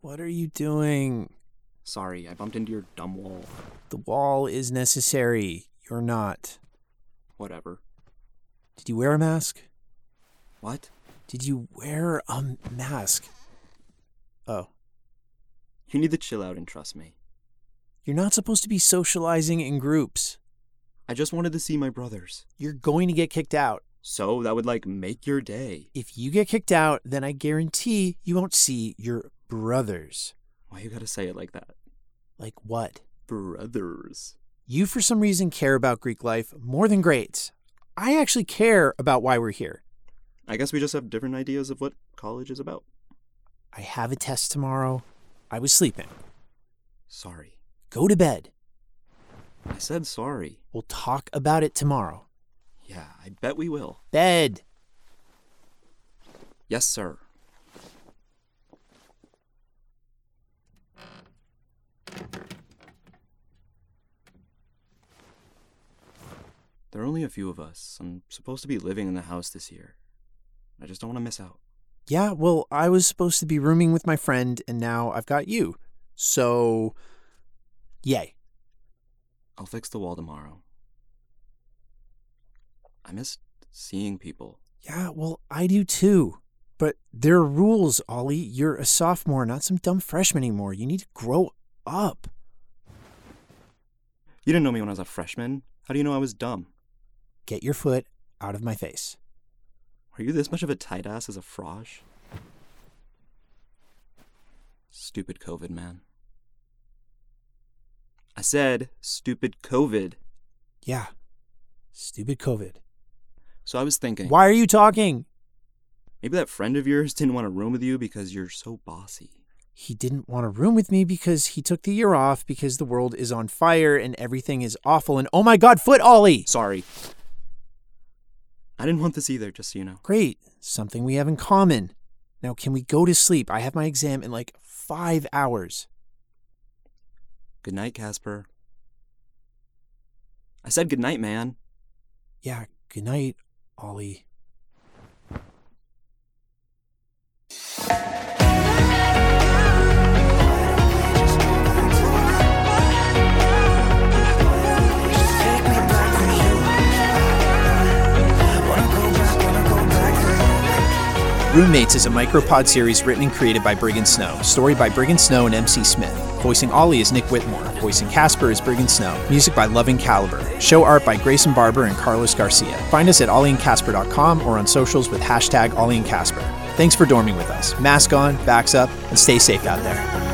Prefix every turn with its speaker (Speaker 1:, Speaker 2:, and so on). Speaker 1: What are you doing?
Speaker 2: Sorry, I bumped into your dumb wall.
Speaker 1: The wall is necessary. You're not.
Speaker 2: Whatever.
Speaker 1: Did you wear a mask?
Speaker 2: What?
Speaker 1: Did you wear a mask? Oh,
Speaker 2: You need to chill out and trust me.
Speaker 1: you're not supposed to be socializing in groups.
Speaker 2: I just wanted to see my brothers.
Speaker 1: You're going to get kicked out.
Speaker 2: So that would like make your day.
Speaker 1: If you get kicked out, then I guarantee you won't see your brothers.
Speaker 2: Why you gotta say it like that?
Speaker 1: Like what?
Speaker 2: Brothers.
Speaker 1: You, for some reason, care about Greek life more than grades. I actually care about why we're here.
Speaker 2: I guess we just have different ideas of what college is about.
Speaker 1: I have a test tomorrow. I was sleeping.
Speaker 2: Sorry.
Speaker 1: Go to bed.
Speaker 2: I said sorry.
Speaker 1: We'll talk about it tomorrow.
Speaker 2: Yeah, I bet we will.
Speaker 1: Bed.
Speaker 2: Yes, sir. There are only a few of us. I'm supposed to be living in the house this year. I just don't want to miss out.
Speaker 1: Yeah, well, I was supposed to be rooming with my friend, and now I've got you. So, yay.
Speaker 2: I'll fix the wall tomorrow. I miss seeing people.
Speaker 1: Yeah, well, I do too. But there are rules, Ollie. You're a sophomore, not some dumb freshman anymore. You need to grow up.
Speaker 2: You didn't know me when I was a freshman. How do you know I was dumb?
Speaker 1: Get your foot out of my face.
Speaker 2: Are you this much of a tight ass as a frosh? Stupid COVID, man. I said stupid COVID.
Speaker 1: Yeah. Stupid COVID.
Speaker 2: So I was thinking,
Speaker 1: Why are you talking?
Speaker 2: maybe that friend of yours didn't want to room with you because you're so bossy.
Speaker 1: He didn't want to room with me because he took the year off because the world is on fire and everything is awful. And oh my God, foot Ollie!
Speaker 2: Sorry. I didn't want this either, just so you know.
Speaker 1: Great. Something we have in common. Now, can we go to sleep? I have my exam in like five hours.
Speaker 2: Good night, Casper. I said good night, man.
Speaker 1: Yeah, good night, Ollie. Roommates is a micropod series written and created by Brigham Snow. Story by Brigham Snow and MC Smith. Voicing Ollie is Nick Whitmore. Voicing Casper is Brigham Snow. Music by Loving Caliber. Show art by Grayson Barber and Carlos Garcia. Find us at ollieandcasper.com or on socials with hashtag Ollie and Casper. Thanks for dorming with us. Mask on, backs up, and stay safe out there.